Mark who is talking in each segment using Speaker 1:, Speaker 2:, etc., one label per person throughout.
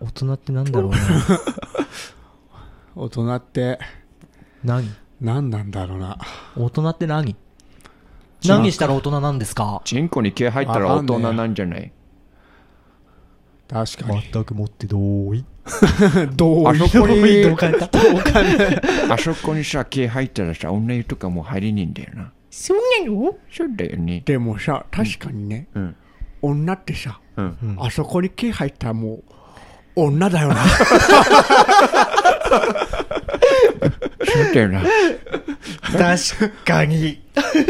Speaker 1: 大人ってなんだろう な。
Speaker 2: 大人って、
Speaker 1: 何
Speaker 2: 何なんだろうな。
Speaker 1: 大人って何
Speaker 2: ん
Speaker 1: 何したら大人なんですか
Speaker 3: チンコに毛入ったら大人なんじゃない
Speaker 2: 確かに。
Speaker 1: くもって同意。
Speaker 2: どう
Speaker 3: あそこに
Speaker 2: い
Speaker 1: 同
Speaker 2: う
Speaker 1: 感だ。
Speaker 3: あそこにさ、毛入ったらさ、女湯とかもう入れねえんだよな。
Speaker 2: そうなの
Speaker 3: そうだよね。
Speaker 2: でもさ、確かにね、
Speaker 3: うん。
Speaker 2: 女ってさ、
Speaker 3: うん。
Speaker 2: あそこに毛入ったらもう、女だよな。
Speaker 3: そうだよな。
Speaker 1: 確かに。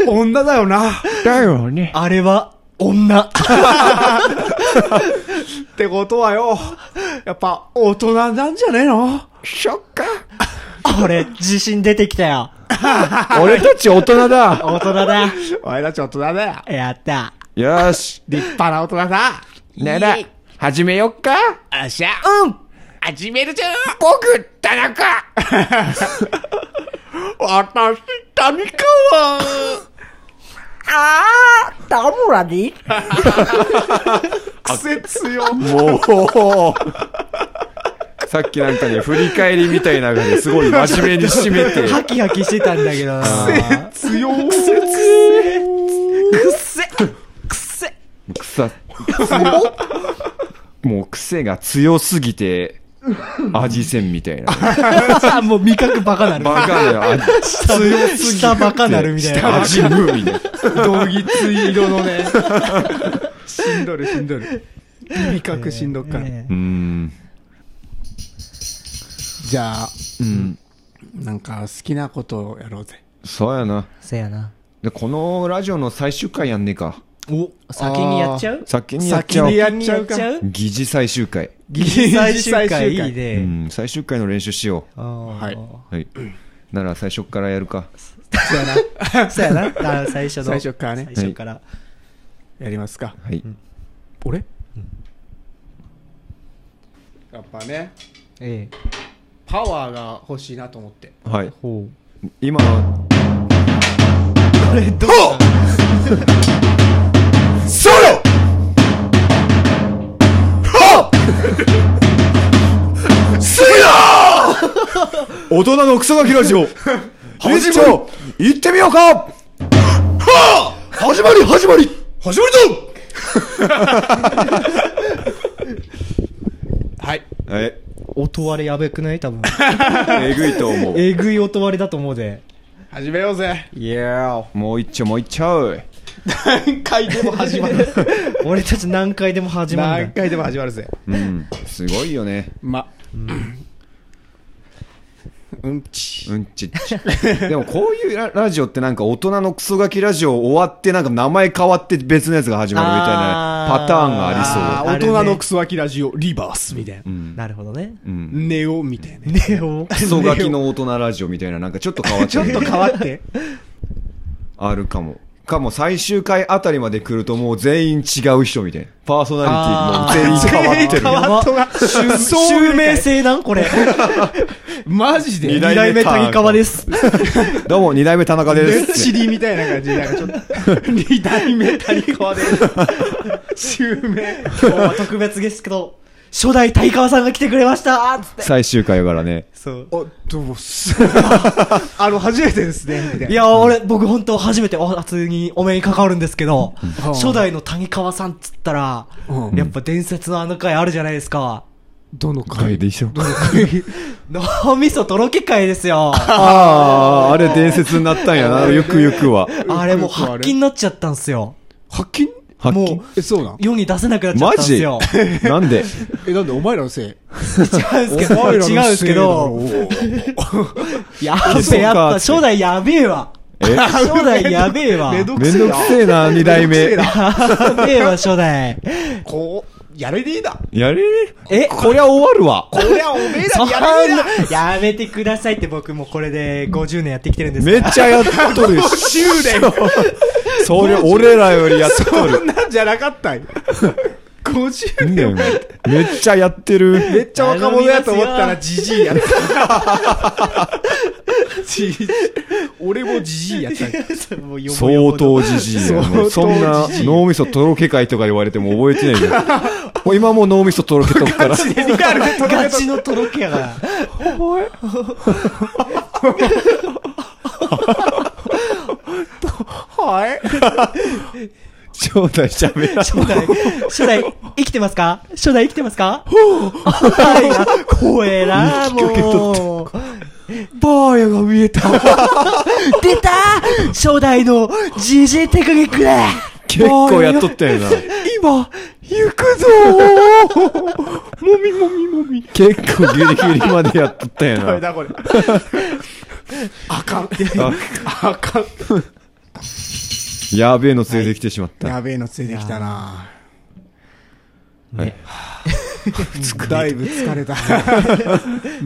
Speaker 2: 女だよな。
Speaker 3: だよね。
Speaker 1: あれは、女。
Speaker 2: ってことはよ、やっぱ大人なんじゃねえの
Speaker 3: そっか。
Speaker 1: 俺、自信出てきたよ。
Speaker 3: 俺たち大 人だ。
Speaker 1: 大人だ。
Speaker 2: 俺たち大人だよ。
Speaker 1: やった。
Speaker 3: よし。
Speaker 2: 立派な大人だ。
Speaker 3: なら、始めよっか。
Speaker 2: あっしゃ、
Speaker 1: うん
Speaker 2: 始めるじゃん。
Speaker 3: 僕、田中。
Speaker 2: 私、谷川。
Speaker 4: あー、田村に
Speaker 2: 癖強。
Speaker 3: もう、さっきなんかね、振り返りみたいなのですごい真面目に締めて、
Speaker 1: ハキハキしてたんだけどな。
Speaker 2: 強。
Speaker 1: くっせくっせ
Speaker 3: 草、もう癖が強すぎて、味せんみたいな。
Speaker 1: あ、もう味覚バカなる。
Speaker 3: バカだよ、味
Speaker 1: 強すぎ下バカなるみたいな。
Speaker 3: 味むみたいな。
Speaker 2: 同義ツイ色のね。しんどるしんどる。味覚しんどっから。
Speaker 1: ね
Speaker 3: うーん。
Speaker 2: じゃあ、
Speaker 3: うん。
Speaker 2: なんか好きなことをやろうぜ。
Speaker 3: そうやな。
Speaker 1: せやな。
Speaker 3: で、このラジオの最終回やんねえか。
Speaker 1: お、先にやっちゃう
Speaker 3: 先にやっち
Speaker 2: 先
Speaker 3: ゃおう
Speaker 2: に。やっちゃうか。
Speaker 1: 先にやっち
Speaker 3: 疑似最終回。
Speaker 1: 疑似最終
Speaker 2: 疑似最終
Speaker 1: 回
Speaker 2: 回
Speaker 1: いいうね。
Speaker 3: ん、最終回の練習しよ。
Speaker 1: は
Speaker 2: はいう
Speaker 3: はい。なら最初からやるか。
Speaker 2: そうやな。
Speaker 1: そうやな。だから最初の。
Speaker 2: 最初からね
Speaker 1: 最初から。
Speaker 2: やりますか。
Speaker 3: はい。
Speaker 2: 俺やっぱね、
Speaker 1: ええ。
Speaker 2: パワーが欲しいなと思って。
Speaker 3: はい。
Speaker 1: ほう。
Speaker 3: 今の、
Speaker 1: これどう
Speaker 3: ソロ水曜大人のクソガキラジオ始まり行ってみようかはあ始まり始まり始まり
Speaker 2: はい。
Speaker 3: だえ、
Speaker 1: 音割れやべくない 多分。
Speaker 3: えぐいと思う。
Speaker 1: えぐい音割れだと思うで。
Speaker 2: 始めようぜ。
Speaker 3: いやもう一丁もう一丁
Speaker 2: 何回でも始 まる。
Speaker 1: 俺たち何回でも始まる
Speaker 2: 何
Speaker 1: んだ。
Speaker 2: 回でも始まるぜ。
Speaker 3: うん、すごいよね。
Speaker 2: ま、うんち。
Speaker 3: うんちっ ち。でもこういうララジオってなんか大人のクソガキラジオ終わってなんか名前変わって別のやつが始まるみたいな
Speaker 1: あー
Speaker 3: パターンがありそう。
Speaker 2: あー
Speaker 1: あ
Speaker 2: 大
Speaker 1: るね
Speaker 2: 人のクソガキラジオ、リバースみたいな
Speaker 3: う。ん
Speaker 1: なるほどね。
Speaker 3: うん
Speaker 2: ネオみたいな。
Speaker 1: ネオ。
Speaker 3: クソガキの大人ラジオみたいな、なんかちょっと変わっち
Speaker 2: ち
Speaker 3: ゃ
Speaker 2: ょ
Speaker 3: う
Speaker 2: っ と変わって。
Speaker 3: あるかも。かも最終回あたりまで来るともう全員違う人みたいな。パーソナリティも全員変わってる。
Speaker 1: あー
Speaker 3: やば
Speaker 2: わっとが。
Speaker 1: 襲名制なんこれ。
Speaker 2: マジで
Speaker 3: 二
Speaker 1: 二
Speaker 3: 代目
Speaker 1: 代目谷川です。
Speaker 3: どうも、二代目田中で
Speaker 2: レッ
Speaker 3: す。
Speaker 2: チリみたいな感じで、なんかちょっと、二代目谷川で、襲名。
Speaker 1: 今日は特別ですけど、初代谷川さんが来てくれましたつって。
Speaker 3: 最終回からね。
Speaker 1: そう。
Speaker 2: お、どうすあの、初めてですね、みたい
Speaker 1: い
Speaker 2: な。
Speaker 1: や、俺、僕本当初めて、あ、つにお目にかかるんですけど、
Speaker 2: うん
Speaker 1: 初代の谷川さんっつったら、
Speaker 2: うん
Speaker 1: やっぱ伝説のあの回あるじゃないですか。
Speaker 2: どの回
Speaker 3: でしょ。
Speaker 1: 脳みそとろけ会ですよ。
Speaker 3: ああ、あれ伝説になったんやな、ゆくゆくは。
Speaker 1: あれもう発禁になっちゃったんすよ。
Speaker 2: 発禁
Speaker 3: 発禁
Speaker 2: もうえ、そうなん
Speaker 1: 世に出せなくなっちゃっ
Speaker 3: マ
Speaker 1: たんす
Speaker 3: ジ
Speaker 1: よ。
Speaker 3: なんで
Speaker 2: え、なんでお前らのせい
Speaker 1: 違うんすけど、違うんすけど、やっべやっぱ初代やべえわ。
Speaker 3: え
Speaker 1: 初代やべえわ。
Speaker 2: め
Speaker 1: や
Speaker 2: んどく
Speaker 3: め
Speaker 2: せ
Speaker 3: ん
Speaker 2: え
Speaker 3: どく
Speaker 2: な。
Speaker 3: せえな、二代目。
Speaker 1: べえわ、初代。
Speaker 2: こう、やれねえだ。
Speaker 3: やれれ
Speaker 1: え
Speaker 3: こりゃ終わるわ。
Speaker 2: こりゃおめえ
Speaker 1: そ
Speaker 2: ら
Speaker 1: ん
Speaker 2: に
Speaker 1: な
Speaker 2: やれねえだ。、
Speaker 1: やめてくださいって僕もうこれで50年やってきてるんです
Speaker 3: め
Speaker 1: よ
Speaker 3: っちゃやっとるし。
Speaker 2: 執念。
Speaker 3: そりゃ、俺らよりやっとる
Speaker 2: そ。んなんじゃなかったんよ。50
Speaker 3: なんだよめっちゃやってる。
Speaker 2: めっちゃ若者やと思ったらジジイやった。じ俺もじじいやったんや
Speaker 1: もうよぼよぼ
Speaker 3: 相当じじいや
Speaker 2: 相当
Speaker 3: もうそんな
Speaker 2: じじい
Speaker 3: 脳みそとろけ会とか言われても覚えてないよ もう今もう脳みそとろけとくから
Speaker 1: ガチのとろけやが。
Speaker 2: はい
Speaker 3: 正体しゃべらな い
Speaker 1: 初代、初代、生きてますか初代生きてますかはい怖えな、もう。坊やが見えた。 出た初代の GG テクニックだ
Speaker 3: 結構やっとったよな
Speaker 1: 今、行くぞ
Speaker 3: 結構ギリギリまでやっとった よ
Speaker 2: ダメ
Speaker 3: な
Speaker 2: だこれあかんあかん
Speaker 3: やべえの連れてきてしまった、
Speaker 2: やべえのついてきたな
Speaker 3: はい
Speaker 2: だいぶ疲れた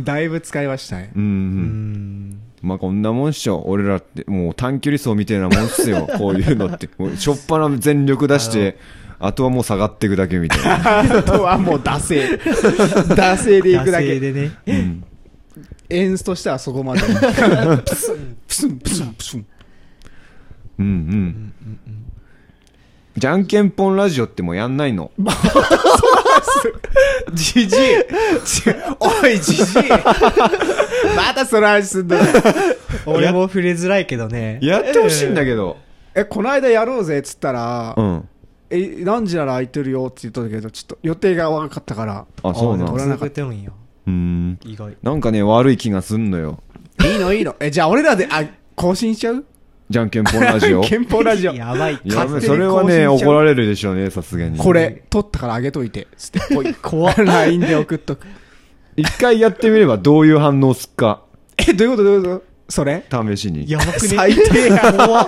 Speaker 2: だいぶ疲れましたね
Speaker 3: うんうんまあこんなもんっしょ俺らってもう短距離走みたいなもんっす よこういうのってもうしょっぱな全力出してあとはもう下がっていくだけみた いな
Speaker 2: あとはもう惰 性惰性で行くだ
Speaker 1: 惰性
Speaker 2: け
Speaker 1: でね。
Speaker 3: うん
Speaker 2: エンスとしてはそこ までプスンプスンプスンプスン
Speaker 3: うんうんじゃんけんぽんラジオってもうやんないの
Speaker 2: じじい おいじ じいまたその話すんだ
Speaker 1: 俺も触れづらいけどね。
Speaker 3: やってほしいんだけど、
Speaker 2: えこの間やろうぜっつったら、
Speaker 3: うん
Speaker 2: え何時なら空いてるよって言ったんだけどちょっと予定が悪かったから
Speaker 3: あそうな
Speaker 2: あ
Speaker 3: ん
Speaker 2: 取らなか
Speaker 1: 続け
Speaker 2: っ
Speaker 1: てるんよ。
Speaker 3: うん
Speaker 1: 意外。
Speaker 3: なんかね悪い気がすんのよ
Speaker 2: たいいのいいのえじゃあ俺らであ更新しちゃう
Speaker 3: じゃんけんぽん ラジオ
Speaker 2: 憲法ラジオ
Speaker 1: やばい。
Speaker 3: や
Speaker 2: 勝
Speaker 3: べ
Speaker 2: 手に
Speaker 3: それはね
Speaker 2: 更新しちゃう
Speaker 3: 怒られるでしょうねさすがに
Speaker 2: これ撮ったからあげといてつってぽい
Speaker 1: 怖っ
Speaker 2: LINE で送っとく
Speaker 3: 一回やってみればどういう反応すっか
Speaker 2: えどういうことどういうことそれ
Speaker 3: 試しに
Speaker 1: やばくね
Speaker 2: 最低や
Speaker 1: 怖っ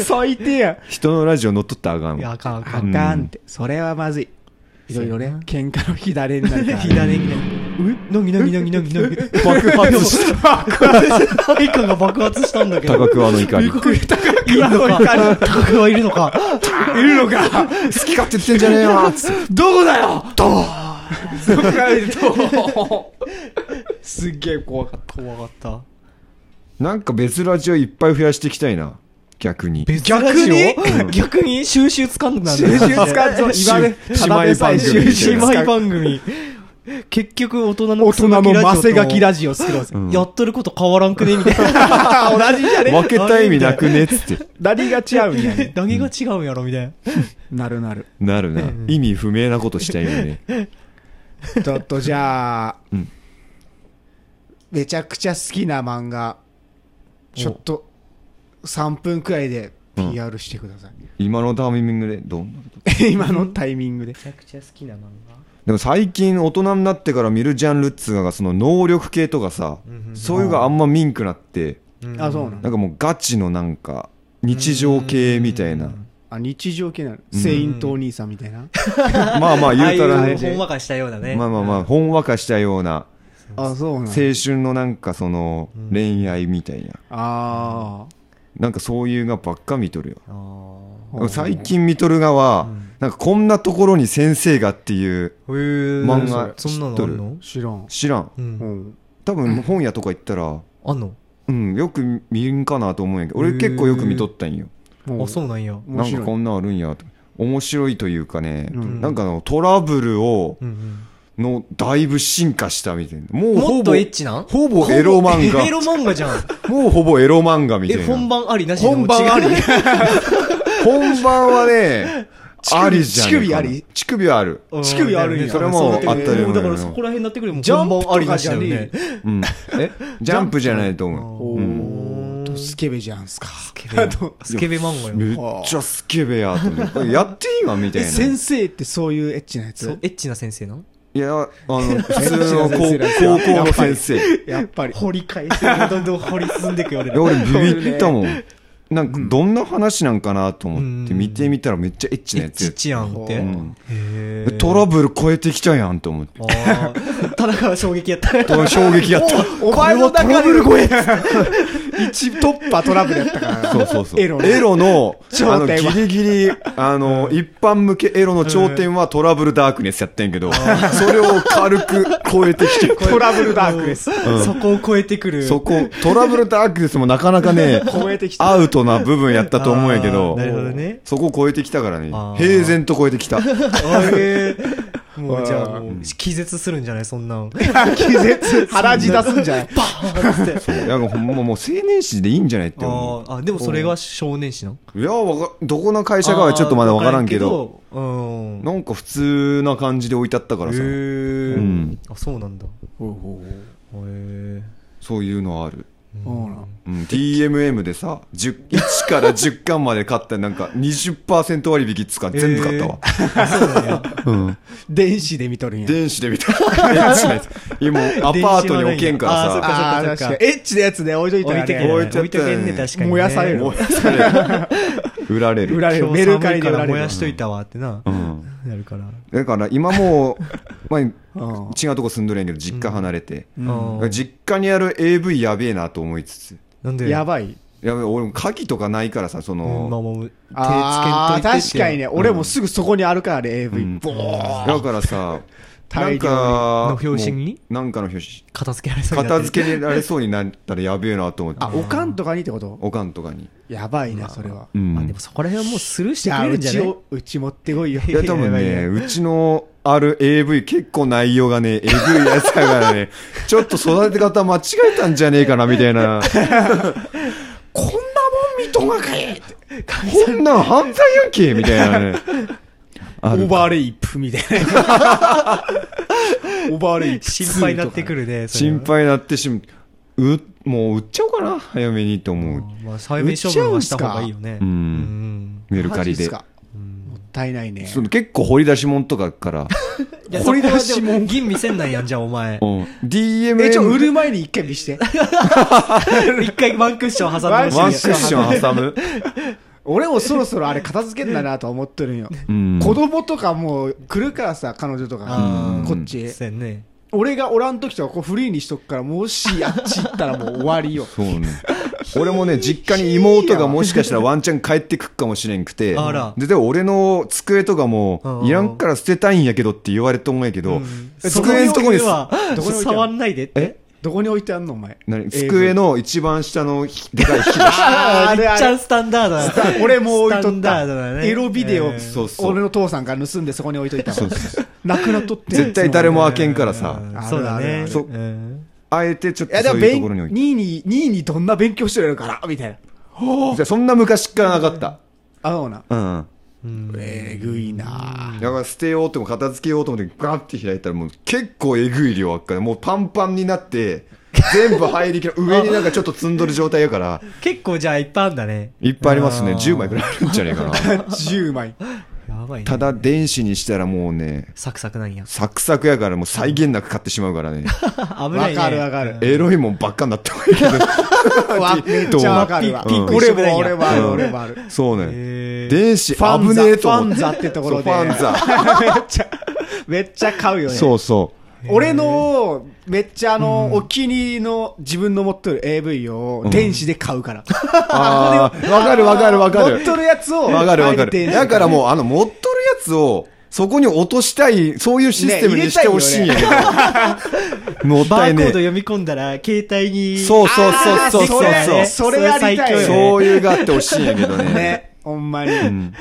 Speaker 2: 最低や
Speaker 3: 人のラジオ乗っ取ったらあかん
Speaker 1: いや、あかんあか
Speaker 2: あ
Speaker 1: ん。
Speaker 2: かんって、それはまずいいろいろね喧嘩の 火だれになるから
Speaker 1: 左ねぎね。 うなぎなぎなぎなぎなぎ。
Speaker 3: 爆発した
Speaker 1: 爆発した。体感が爆発したんだけど。
Speaker 3: 高桑の 怒り
Speaker 1: り。いるのか。高くはいるのか。
Speaker 2: いるのか
Speaker 3: 好き勝手言ってんじゃねえよ
Speaker 2: どこだよどう すっげえ怖かっ
Speaker 1: 怖かった。
Speaker 3: なんか別ラジオいっぱい増やしていきたいな逆に
Speaker 1: 逆に
Speaker 3: うん
Speaker 1: 逆に収集つかんくな
Speaker 2: た。
Speaker 1: るんだ
Speaker 2: 収
Speaker 1: よ。
Speaker 2: 集つかんぞ、今ね。
Speaker 3: 姉妹番組
Speaker 2: 収
Speaker 1: 収
Speaker 2: 集
Speaker 1: 集
Speaker 2: つか
Speaker 1: 前
Speaker 2: ん。
Speaker 1: 番組。 結局、大人の
Speaker 2: 大人のマセガキラ
Speaker 1: ジ
Speaker 2: ジオ作ろうぜ。
Speaker 3: うん
Speaker 1: オと。やっとること変わらんくねみたいな。
Speaker 2: 同じじゃね
Speaker 3: 分けた意味なくねっつ って
Speaker 2: 何が違うんやね。
Speaker 1: 何が違うんやろみたいな。
Speaker 2: なるなる。
Speaker 3: なるな意味不明なことしたいよね
Speaker 2: ちょっとじゃあ
Speaker 3: うん、
Speaker 2: めちゃくちゃ好きな漫画、ちょっと3分くらいで PR してくださ
Speaker 3: 今のタイミングでどんなこと
Speaker 2: い。今のタイミングで
Speaker 1: め。ちゃくちゃ好きな漫画。
Speaker 3: でも最近大人になってから見るジャンルっつうのがその能力系とかさそういうのがあんま見んくなって
Speaker 2: あ、そうなの
Speaker 3: なんかもうガチのなんか日常系みたいな
Speaker 2: あ、日常系なの。セイントお兄さんみたいな。
Speaker 3: まあまあ言うたら
Speaker 1: ああい
Speaker 3: ね
Speaker 1: うほんわかしたようなね。
Speaker 3: まあまあまあほんわかしたような
Speaker 2: あ、そうなの。
Speaker 3: 青春のなんかその恋愛みたいな
Speaker 2: あ
Speaker 3: なんかそういうがばっか見とるよ
Speaker 1: あー。
Speaker 2: あ。
Speaker 3: 最近見とるがは、なんかこんなところに先生がっていう
Speaker 1: へー
Speaker 3: 漫画
Speaker 1: そんなのあ
Speaker 3: 知っと
Speaker 1: ん
Speaker 3: る
Speaker 1: の
Speaker 2: 知らん。
Speaker 3: 知らん
Speaker 1: うん。
Speaker 2: ん。
Speaker 3: 多分本屋とか行ったら、
Speaker 1: あんの
Speaker 3: うん、よく見るんかなと思うんやけど俺結構よく見とったんよ
Speaker 1: あ、そうなんや。
Speaker 2: 面
Speaker 3: なん
Speaker 2: 白い
Speaker 3: かこんなんあるんやと面白いというかね、
Speaker 2: うん
Speaker 3: なんかあのトラブルを
Speaker 1: うんうん。
Speaker 3: のだいぶ進化したみたいなもう
Speaker 1: も
Speaker 3: ほ
Speaker 1: っ
Speaker 3: ぼ
Speaker 1: とエッチなん
Speaker 3: ほぼエロ 漫
Speaker 1: エロ
Speaker 3: 画
Speaker 1: 漫画じゃん。
Speaker 3: もうほぼエロ漫画みたい
Speaker 1: え、
Speaker 3: な
Speaker 1: 本番ありなし
Speaker 2: 本番あり
Speaker 1: でも違う
Speaker 3: 本番はねありじゃん
Speaker 2: 乳首あり
Speaker 3: 乳首はある
Speaker 1: うん
Speaker 2: 乳首あるんや
Speaker 3: それも
Speaker 1: そうだって
Speaker 3: あったよね
Speaker 1: もうだからそこら辺になってくるよもう本番ありなしだよね。
Speaker 3: うん、えジャンプじゃないと思う
Speaker 2: おーとスケベじゃんすか。スケベ。
Speaker 1: スケベ漫画よ。
Speaker 3: めっちゃスケベやと思ってこれやっていいわみたい
Speaker 2: え
Speaker 3: な。
Speaker 2: 先生ってそういうエッチなや
Speaker 1: そう
Speaker 2: つ
Speaker 1: エッチな先生の
Speaker 3: いや、あの、普通の高
Speaker 2: 先生ですよ
Speaker 3: 高校の先生。い
Speaker 2: やっぱり。
Speaker 1: 掘り返して、どんどん掘り進んでいくよ、俺 ら
Speaker 3: や、。俺ビビったもん。なんか、どんな話なんかなと思って
Speaker 1: うん
Speaker 3: 見てみたらめっちゃエッチな
Speaker 1: エ
Speaker 3: や
Speaker 1: ッ
Speaker 3: つやっ
Speaker 1: チやんって
Speaker 2: う。
Speaker 3: ん
Speaker 1: へ
Speaker 3: て。トラブル超えてきたやんと思って。
Speaker 1: ああ、田中は衝撃やった。
Speaker 3: 衝撃やった。
Speaker 2: お前の中で一突破トラブルやったからな
Speaker 3: そうそうそう。
Speaker 2: エロね
Speaker 3: エロの、あ
Speaker 2: 頂
Speaker 3: の、ギ
Speaker 2: 点は
Speaker 3: リギリ、あの、一般向けエロの頂点はトラブルダークネスやってんけど、それを軽く超えてきてる。
Speaker 2: トラブルダークです。
Speaker 1: そこを超えてくる。
Speaker 3: そこ、トラブルダークネスもなかなかね、
Speaker 2: 超えてきた
Speaker 3: アウトな部分やったと思うんやけど
Speaker 1: あー、なるほどね
Speaker 3: そこを超えてきたからね
Speaker 1: あ、ー
Speaker 3: 平然と超えてきた。
Speaker 1: あえーもうじゃあ
Speaker 2: う
Speaker 1: もう気絶するんじゃないそんなん。
Speaker 2: 気絶、腹血出すんじゃない
Speaker 1: バーンって。
Speaker 3: いや、ほんまもう青年誌でいいんじゃないって思
Speaker 1: あーあ、でもそれが少年誌なん
Speaker 3: う。いや、わか、どこの会社かはちょっとまだわからんけど、。
Speaker 1: あーわか
Speaker 3: なんか普通な感じで置いてあったから
Speaker 1: んけ
Speaker 3: らさ
Speaker 1: ど、うん。へ
Speaker 3: う
Speaker 1: ー
Speaker 3: ん
Speaker 1: あ、そうなんだ。へえ。
Speaker 3: そういうのはある。
Speaker 2: そうなん
Speaker 3: うん、DMM でさ、10 1から10巻まで買ったなんか20%割引っつうか全部買ったわ。うん。
Speaker 2: 電子で見とるんや。
Speaker 3: 電子で見 た。電子のやつ今、アパートに置けんから
Speaker 1: 電子はないんだあーそっか
Speaker 3: さ。
Speaker 2: ああ、確かに。エッチなやつね、置いといた
Speaker 1: 置
Speaker 2: ら
Speaker 1: いてけ
Speaker 2: ね。
Speaker 1: ね。
Speaker 3: 置いてけ
Speaker 1: 置いてけんね、確かにね。
Speaker 2: 燃やされる
Speaker 3: 燃やされる。売られる。
Speaker 2: 売られる。
Speaker 1: 今
Speaker 2: メ
Speaker 1: 日
Speaker 2: ルカ
Speaker 1: 寒い
Speaker 2: リで
Speaker 1: か
Speaker 2: 売
Speaker 1: ら
Speaker 2: られる。
Speaker 1: 燃やしといたわってな
Speaker 3: う。ん。
Speaker 1: やるから。
Speaker 3: だから今 もう、前、違
Speaker 2: うん
Speaker 3: うとこ住んどるんやけど、実家離れて。
Speaker 1: うん
Speaker 3: 実家にある AV やべえなと思いつつ。
Speaker 1: なんで
Speaker 2: やばい。
Speaker 3: いや、俺も鍵とかないからさ、そ
Speaker 1: うんまあ
Speaker 3: の、
Speaker 1: もう、手つけんといて
Speaker 2: ああ、確かにね。
Speaker 1: っ
Speaker 2: 俺もすぐそこにあるからね、AV。
Speaker 3: うん
Speaker 2: ボーン
Speaker 3: だからさ、な
Speaker 2: 大
Speaker 3: ん
Speaker 2: 量
Speaker 3: か、
Speaker 1: の表紙に
Speaker 3: もうなんかの表紙。
Speaker 1: て片付けられそうになって
Speaker 3: 片
Speaker 1: る
Speaker 3: 付けられそうになったらやべえなと思って
Speaker 2: あ、。おかんとかにってこと
Speaker 3: おかんとかに。
Speaker 2: やばいな、それは。
Speaker 3: うん
Speaker 1: あでもそこら辺はもうスルーして
Speaker 2: じ
Speaker 1: く
Speaker 2: ゃあ、
Speaker 1: れる
Speaker 2: うん
Speaker 1: じゃ
Speaker 2: ち
Speaker 1: ない
Speaker 2: を、うち持ってこいよ。
Speaker 3: いや、多分
Speaker 1: いやい
Speaker 3: ね、
Speaker 1: や
Speaker 3: うちのある AV 結構内容がね、えぐいやつだからね、ちょっと育て方間違えたんじゃねえかな、みたいな。こんなもん見とがかえこんなん犯罪やんけみたいなね。
Speaker 2: オ
Speaker 3: あ
Speaker 2: ー
Speaker 3: る
Speaker 2: バーレイプみた いな。オーバーレイプ。
Speaker 1: 心配になってくるね。それは
Speaker 3: 心配になってしまう。う、もう売っちゃおうかな、早めにと思う。
Speaker 1: まあ、催眠処分はした方がいいよね。
Speaker 3: うん
Speaker 1: ん。
Speaker 3: メルカ
Speaker 2: マジ
Speaker 3: リ
Speaker 2: っす
Speaker 3: で。
Speaker 2: か。もったいないね。
Speaker 3: その結構掘り出し物とかから。
Speaker 1: いや
Speaker 2: 掘り出し
Speaker 1: そこはでも銀見せんなんやんじゃん、お前
Speaker 3: う。ん DMM。
Speaker 2: え、ちょ、売る前に一回見して。
Speaker 1: 一回ワンクッション挟んでほしい
Speaker 3: ワンクッション挟む。
Speaker 2: 俺もそろそろあれ片付けんだなと思ってるんよ。
Speaker 3: うん
Speaker 2: 子供とかもう来るからさ、彼女とか
Speaker 1: あ
Speaker 2: が
Speaker 3: ー
Speaker 2: こっちへ。
Speaker 1: せんね。
Speaker 2: 俺がおらん時とかこうフリーにしとくから、もしあっち行ったらもう終わりよ。
Speaker 3: そうね。俺もね、実家に妹がもしかしたらワンチャン帰ってくっかもしれんくて
Speaker 1: あら、
Speaker 3: で、でも俺の机とかも
Speaker 1: う、ん
Speaker 3: いらんから捨てたいんやけどって言われとんやけど、机のとこに
Speaker 1: そは
Speaker 2: どこに置いてある
Speaker 1: 触んないでって。
Speaker 3: え
Speaker 2: どこに置いてあんのお前。
Speaker 3: 何机
Speaker 2: の。
Speaker 3: の一番下のひでかい引き出し。
Speaker 2: あーあ
Speaker 1: あ
Speaker 2: れ
Speaker 1: れ
Speaker 2: あ
Speaker 1: あれ。
Speaker 2: れ
Speaker 1: スタンダードだな。
Speaker 2: 俺も置い
Speaker 1: ス
Speaker 2: と
Speaker 1: タ
Speaker 2: っ
Speaker 1: ンダ
Speaker 2: た
Speaker 1: ードだ。ね
Speaker 2: エロビデオ
Speaker 1: えー
Speaker 3: そうそう
Speaker 2: 俺の父さんが盗んでそこに置いといた
Speaker 3: そ
Speaker 2: の
Speaker 3: うそうそう
Speaker 2: なくなっとって。
Speaker 3: 絶対誰も開けんからさ、
Speaker 1: うんそうだ
Speaker 2: あるあ
Speaker 1: ね。
Speaker 2: る
Speaker 3: そう
Speaker 1: うん
Speaker 3: あえてちょっ
Speaker 2: い
Speaker 3: と
Speaker 2: や、で
Speaker 3: そ
Speaker 2: も、
Speaker 3: ういう
Speaker 2: べ
Speaker 3: と
Speaker 2: ん
Speaker 3: ころに置いて
Speaker 2: 2位に、2位にどんな勉強してるから、みたいな。。
Speaker 3: じゃあそんな昔からなかった。
Speaker 2: あのな。
Speaker 3: うん。
Speaker 2: えぐい な
Speaker 3: だから捨てようとも片付けようと思ってガッて開いたらもう結構えぐい量あっからもうパンパンになって全部入りきら上になんかちょっと積んどる状態やから
Speaker 1: 結構じゃあいっぱいあんだね。
Speaker 3: いっぱいあります
Speaker 1: あ
Speaker 3: ね
Speaker 1: ー
Speaker 3: 10枚ぐらいあるんじゃねえかな
Speaker 2: 10枚。
Speaker 1: やばいね。
Speaker 3: ただ電子にしたらもうね
Speaker 1: サクサクなんや。
Speaker 3: サクサクやからもう際限なく買ってしまうから ね
Speaker 1: 危な
Speaker 2: わ
Speaker 1: いね。
Speaker 2: かるわかる。
Speaker 3: エロいもんばっかになった方が いいけ
Speaker 2: わめっちゃわかるわ。
Speaker 3: ピンク
Speaker 2: 俺
Speaker 1: 一色なんや
Speaker 2: も俺もある、
Speaker 3: うん
Speaker 2: 俺もある。
Speaker 3: どそう
Speaker 1: へ
Speaker 3: ね
Speaker 1: ー
Speaker 3: 電子
Speaker 2: ファン
Speaker 3: 危
Speaker 2: ザ、
Speaker 3: ね
Speaker 2: フ
Speaker 3: えと思
Speaker 2: ァンザってとこ
Speaker 3: そ
Speaker 2: ろ
Speaker 3: う
Speaker 2: で。
Speaker 3: ファンザ
Speaker 2: めっちゃ、めっちゃ買うよね。
Speaker 3: そうそ
Speaker 2: 俺の、めっちゃあの、お気に入りの自分の持ってる AV を
Speaker 3: ん
Speaker 2: 電子で買うから。
Speaker 3: うあ あわかるわかるわかる
Speaker 2: 持っとるやつを。
Speaker 3: わかるわか
Speaker 2: あえて
Speaker 3: る。だからもう、あの、持っとるやつを、そこに落としたい、そういうシステムにしてほしいんやけど。 もっ
Speaker 1: バ
Speaker 3: た
Speaker 1: ーコー
Speaker 3: い
Speaker 1: ド
Speaker 3: ねえ。
Speaker 1: 読み込んだら、携帯に。
Speaker 3: そうそうそう
Speaker 2: あー
Speaker 3: そうそ
Speaker 2: そ
Speaker 3: う
Speaker 2: れ
Speaker 3: そ
Speaker 2: そ
Speaker 3: う。
Speaker 2: れやりたい
Speaker 1: そ
Speaker 2: ね
Speaker 1: れ最強よね
Speaker 3: そういうがあってほしいんやけど ね。
Speaker 2: ね、 ほんまに。
Speaker 3: うん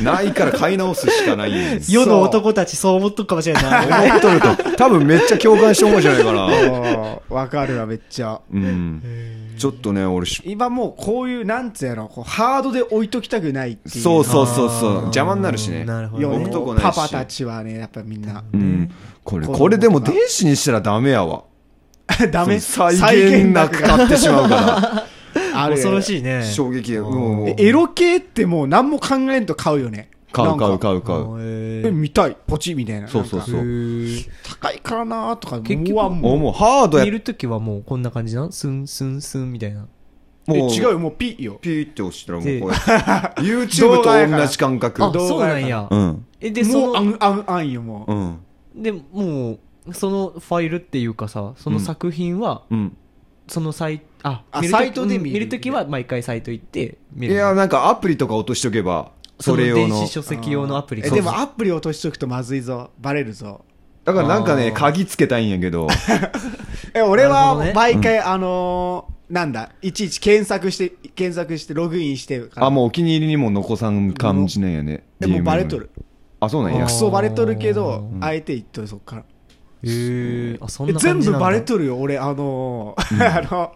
Speaker 3: ないから買い直すしかないよね。
Speaker 1: 世の男たちそう思っとくかもしれんない。
Speaker 3: 思っとると、多分めっちゃ共感して思うじゃないかな。
Speaker 2: そうわかるわ、めっちゃ。
Speaker 3: うん。ちょっとね、俺し、
Speaker 2: 今もうこういう、なんつうやろ、こうハードで置いときたくないっていう。
Speaker 3: そうそうそうそう
Speaker 1: あー。
Speaker 3: 邪魔になるしね。
Speaker 1: なるほ
Speaker 2: よ
Speaker 1: ど
Speaker 2: ね
Speaker 1: ね
Speaker 3: 置くとこないし。
Speaker 2: パパたちはね、やっぱみんな。
Speaker 3: うん。これ、これでも電子にしたらダメやわ。
Speaker 2: ダメ
Speaker 3: 再現なく買ってしまうか
Speaker 2: あ
Speaker 1: 恐ろ
Speaker 2: い。
Speaker 1: しいね。
Speaker 3: ら。衝撃や。もう
Speaker 2: えエロ系ってもう何も考えんと買うよね。
Speaker 3: 買う買う
Speaker 2: う。
Speaker 3: 買う買う。
Speaker 1: へ
Speaker 2: え
Speaker 1: ー
Speaker 2: 見たい、ポチみたいな。
Speaker 3: そうそう
Speaker 2: なんか
Speaker 3: そう。
Speaker 2: 高いからなーとか
Speaker 1: 結局
Speaker 2: 思わんもん。
Speaker 3: もうハードや
Speaker 1: 見るときはもうこんな感じなんスンスンスンみたいな。
Speaker 2: え
Speaker 3: もう
Speaker 2: 違うよ、もうピーよ。
Speaker 3: ピーって押したらもう
Speaker 1: で
Speaker 3: これ。YouTube と同じ感覚
Speaker 1: あ、。
Speaker 2: 動画
Speaker 1: そうなんや
Speaker 3: う。ん。
Speaker 1: え、で、
Speaker 2: も、
Speaker 1: そう
Speaker 2: あ
Speaker 1: の、
Speaker 2: ん、あん、あんよ、もう
Speaker 3: う。ん。
Speaker 1: で、もう、そのファイルっていうかさ、その作品は、
Speaker 3: うん。
Speaker 1: そのサイ、あ
Speaker 2: あ
Speaker 1: 見ると
Speaker 2: サイトで見
Speaker 1: う
Speaker 2: る
Speaker 1: ん見るときは毎回サイト行って見
Speaker 3: い
Speaker 1: る
Speaker 3: や、なんかアプリとか落としとけば、それ用
Speaker 1: の
Speaker 3: の
Speaker 1: 電子。書籍用のアプリ
Speaker 2: えでもアプリ落としとくとまずいぞバレるぞ
Speaker 3: だからなんか
Speaker 1: あ
Speaker 3: ね、
Speaker 1: ー
Speaker 3: 鍵つけたいんやけど、
Speaker 2: え俺
Speaker 1: なる
Speaker 2: は
Speaker 1: ほどね
Speaker 2: 毎回、あのーなんだいちいち検索して検索してログインしてから
Speaker 3: あ、もうお気に入りにも残さん感じなんやね。
Speaker 2: でも
Speaker 3: DM
Speaker 2: うバレとる
Speaker 3: あ、そうなん
Speaker 1: い
Speaker 3: や
Speaker 2: ク。ソバレとるけ
Speaker 1: う
Speaker 2: どあえて言っとるそっから
Speaker 1: へえあそん
Speaker 2: え
Speaker 1: な
Speaker 2: 全
Speaker 1: 感じ
Speaker 2: 部
Speaker 1: なんだ
Speaker 2: バレとるよ俺あのー あの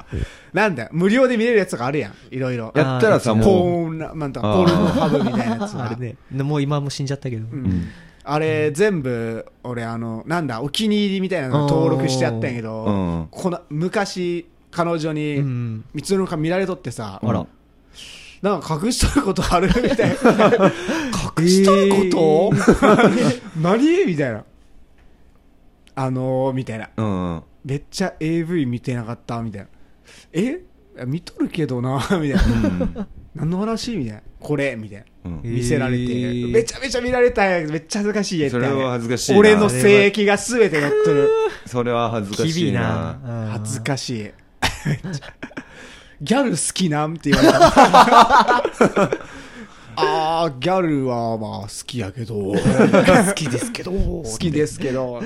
Speaker 2: なんだ無料で見れるやつがあるやんいろいろ
Speaker 3: やったらさ、
Speaker 1: あー
Speaker 3: もう、
Speaker 2: ポーンななんだ
Speaker 3: あー
Speaker 2: ポルノハブみたいなやつが
Speaker 1: あれねもう今も死んじゃったけど、
Speaker 2: うんあれ全部俺あのなんだお気に入りみたいなの登録してやったんやけど、
Speaker 3: うん
Speaker 2: この昔彼女に、
Speaker 1: うん
Speaker 2: 三つの顔見られとってさ、
Speaker 3: あら。
Speaker 2: なんか隠しとることあるみたいな。隠しとること、 何みたいな。あのー、みたいな。
Speaker 3: うんうん。
Speaker 2: めっちゃ AV 見てなかったみたいな。え見とるけどなみたいな。何の話みたいな。これみたいな。
Speaker 3: うん
Speaker 2: 見せられて、
Speaker 1: えー
Speaker 2: めちゃめちゃ見られたんやめっちゃ恥ずかしいやつやね
Speaker 3: それは恥ずかしいな
Speaker 2: 俺の性域が全て乗っとる
Speaker 3: それは恥ずか
Speaker 1: き
Speaker 3: し
Speaker 1: び
Speaker 3: いな。
Speaker 1: な
Speaker 2: 恥ず
Speaker 1: か
Speaker 2: かしい めっちゃギャル好きなんって言われたあーギャルはまあ好きやけど好きですけど好きですけど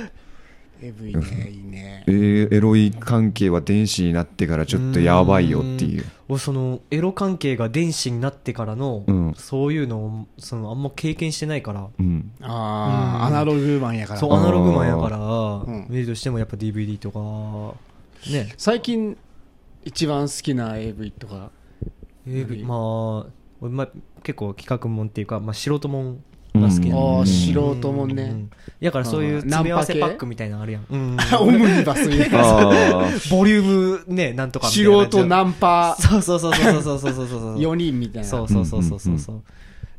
Speaker 2: AV ねいいね
Speaker 3: えーエロい関係は電子になってからちょっとやばいよっていう。
Speaker 1: 俺そのエロ関係が電子になってからの、
Speaker 3: うん
Speaker 1: そういうのをそのあんま経験してないから、
Speaker 3: うん。
Speaker 2: ああ
Speaker 1: うん
Speaker 2: アナログマンやから
Speaker 1: そうアナログマンやから、
Speaker 2: ん
Speaker 1: 見るとしてもやっぱ DVD とかね
Speaker 2: 最近一番好きな AV とか
Speaker 1: AV
Speaker 2: 何
Speaker 1: まあ俺、まあ、結構企画もんっていうか、まあ、素人もんが好きな
Speaker 2: あ
Speaker 1: の
Speaker 2: あ
Speaker 3: う
Speaker 2: ー
Speaker 3: ん
Speaker 2: 素人もん
Speaker 1: う
Speaker 2: ね
Speaker 1: んだからそういう
Speaker 2: あーナ
Speaker 1: 詰
Speaker 2: ンパ系
Speaker 1: め合わせパックみたいなのあるやん、うん
Speaker 2: オムニバスみたいな
Speaker 3: あ
Speaker 1: ボリュームねなんとかみたいな
Speaker 2: 素
Speaker 1: 感じ
Speaker 2: 人ナンパ
Speaker 1: そうそうそうそうそうそうそうそうそう
Speaker 2: 4人みたいな
Speaker 1: そうそうそうそうそうそう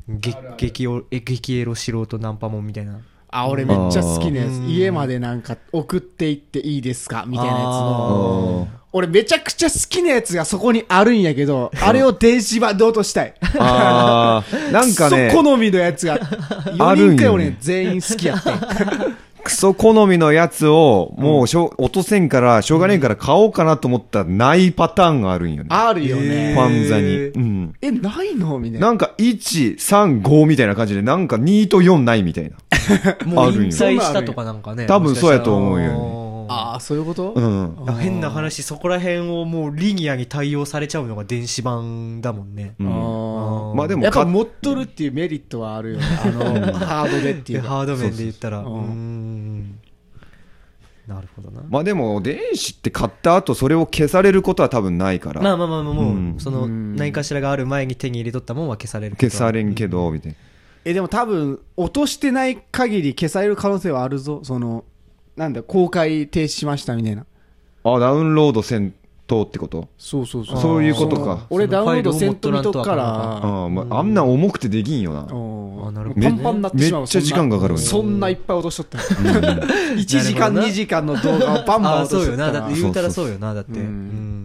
Speaker 1: げ激おえ激エロ素人ナンパモンみたいな
Speaker 2: あ、俺めっちゃ好きなやつ
Speaker 1: う。ん
Speaker 2: 家までなんか送っていっていいですかみたいなやつ
Speaker 3: あ
Speaker 2: の。
Speaker 3: ー。
Speaker 2: 俺めちゃくちゃ好きなやつがそこにあるんやけど、あれを電子版で落としたい。
Speaker 3: あー。なんかね
Speaker 2: クソ、好みのやつが、4
Speaker 3: ある
Speaker 2: 人
Speaker 3: ん
Speaker 2: くらい
Speaker 3: よ
Speaker 2: 俺
Speaker 3: ね
Speaker 2: 全員好きやった。
Speaker 3: クソ好みのやつを、もうしょ、落とせんから、しょうがねえから買おうかなと思ったら、ないパターンがあるんよね。
Speaker 2: あるよ
Speaker 3: フ
Speaker 1: へ
Speaker 2: ね。
Speaker 3: ァンザに。
Speaker 1: へー
Speaker 3: うん。
Speaker 2: え、ないのみたいな。
Speaker 3: なんか、1、3、5みたいな感じで、なんか2と4ないみたいな。
Speaker 1: も
Speaker 3: あ
Speaker 1: う
Speaker 3: るん
Speaker 1: 引
Speaker 3: よ
Speaker 1: 退したとかなんかね
Speaker 3: 多分そうやと思うよね
Speaker 1: よ
Speaker 2: ああ、そういうこと
Speaker 3: うん。
Speaker 1: あ変な話そこら辺をもうリニアに対応されちゃうのが電子版だもんね
Speaker 3: うん
Speaker 2: あ
Speaker 3: まあで
Speaker 2: ー
Speaker 3: も
Speaker 2: やっぱ
Speaker 3: か
Speaker 2: 持っとるっていうメリットはあるよね。あの、ハードでってい
Speaker 1: で
Speaker 2: うか。
Speaker 1: ハード面で言ったらう
Speaker 2: そうそう
Speaker 1: ー
Speaker 2: そううん
Speaker 1: んなるほどな
Speaker 3: まあでも、電子って買った後、それを消されることは多分ないから。
Speaker 1: まあまあまあまあ
Speaker 3: う
Speaker 1: も
Speaker 3: ん
Speaker 1: うその
Speaker 2: うん
Speaker 1: 何かしらがある前に手に入れとったもんは消されるけ
Speaker 3: 消
Speaker 1: ど
Speaker 3: されんけど、みたいな。
Speaker 2: えでも多分落としてない限り消される可能性はあるぞそのなんだ公開停止しましたみたいな
Speaker 3: あ、ダウンロードせんとってこと
Speaker 2: そうそう
Speaker 1: そう
Speaker 3: そういうことか。
Speaker 2: 俺
Speaker 1: そ
Speaker 2: ダ
Speaker 1: の
Speaker 2: ウンロード
Speaker 1: ファイ
Speaker 2: せ
Speaker 1: ルを
Speaker 2: んと見とくか
Speaker 1: 持っとらんとあ
Speaker 2: ら
Speaker 3: あ,、まあ、あんな重くてできんよな。
Speaker 2: おー
Speaker 1: あなるほど
Speaker 2: パ
Speaker 1: ね
Speaker 2: ンパンになってしまう
Speaker 3: めっちゃ
Speaker 2: そんな
Speaker 3: 時間かかるよね
Speaker 2: そんないっぱい落としとった1時間
Speaker 1: なるほどな
Speaker 2: 2時間の動画をバンバン
Speaker 1: ああ
Speaker 2: 落と
Speaker 1: そう
Speaker 2: しと
Speaker 1: よ
Speaker 2: っ
Speaker 1: な
Speaker 2: た
Speaker 1: だっ
Speaker 2: ら
Speaker 1: て言うたらそうよなだって
Speaker 2: う
Speaker 1: うん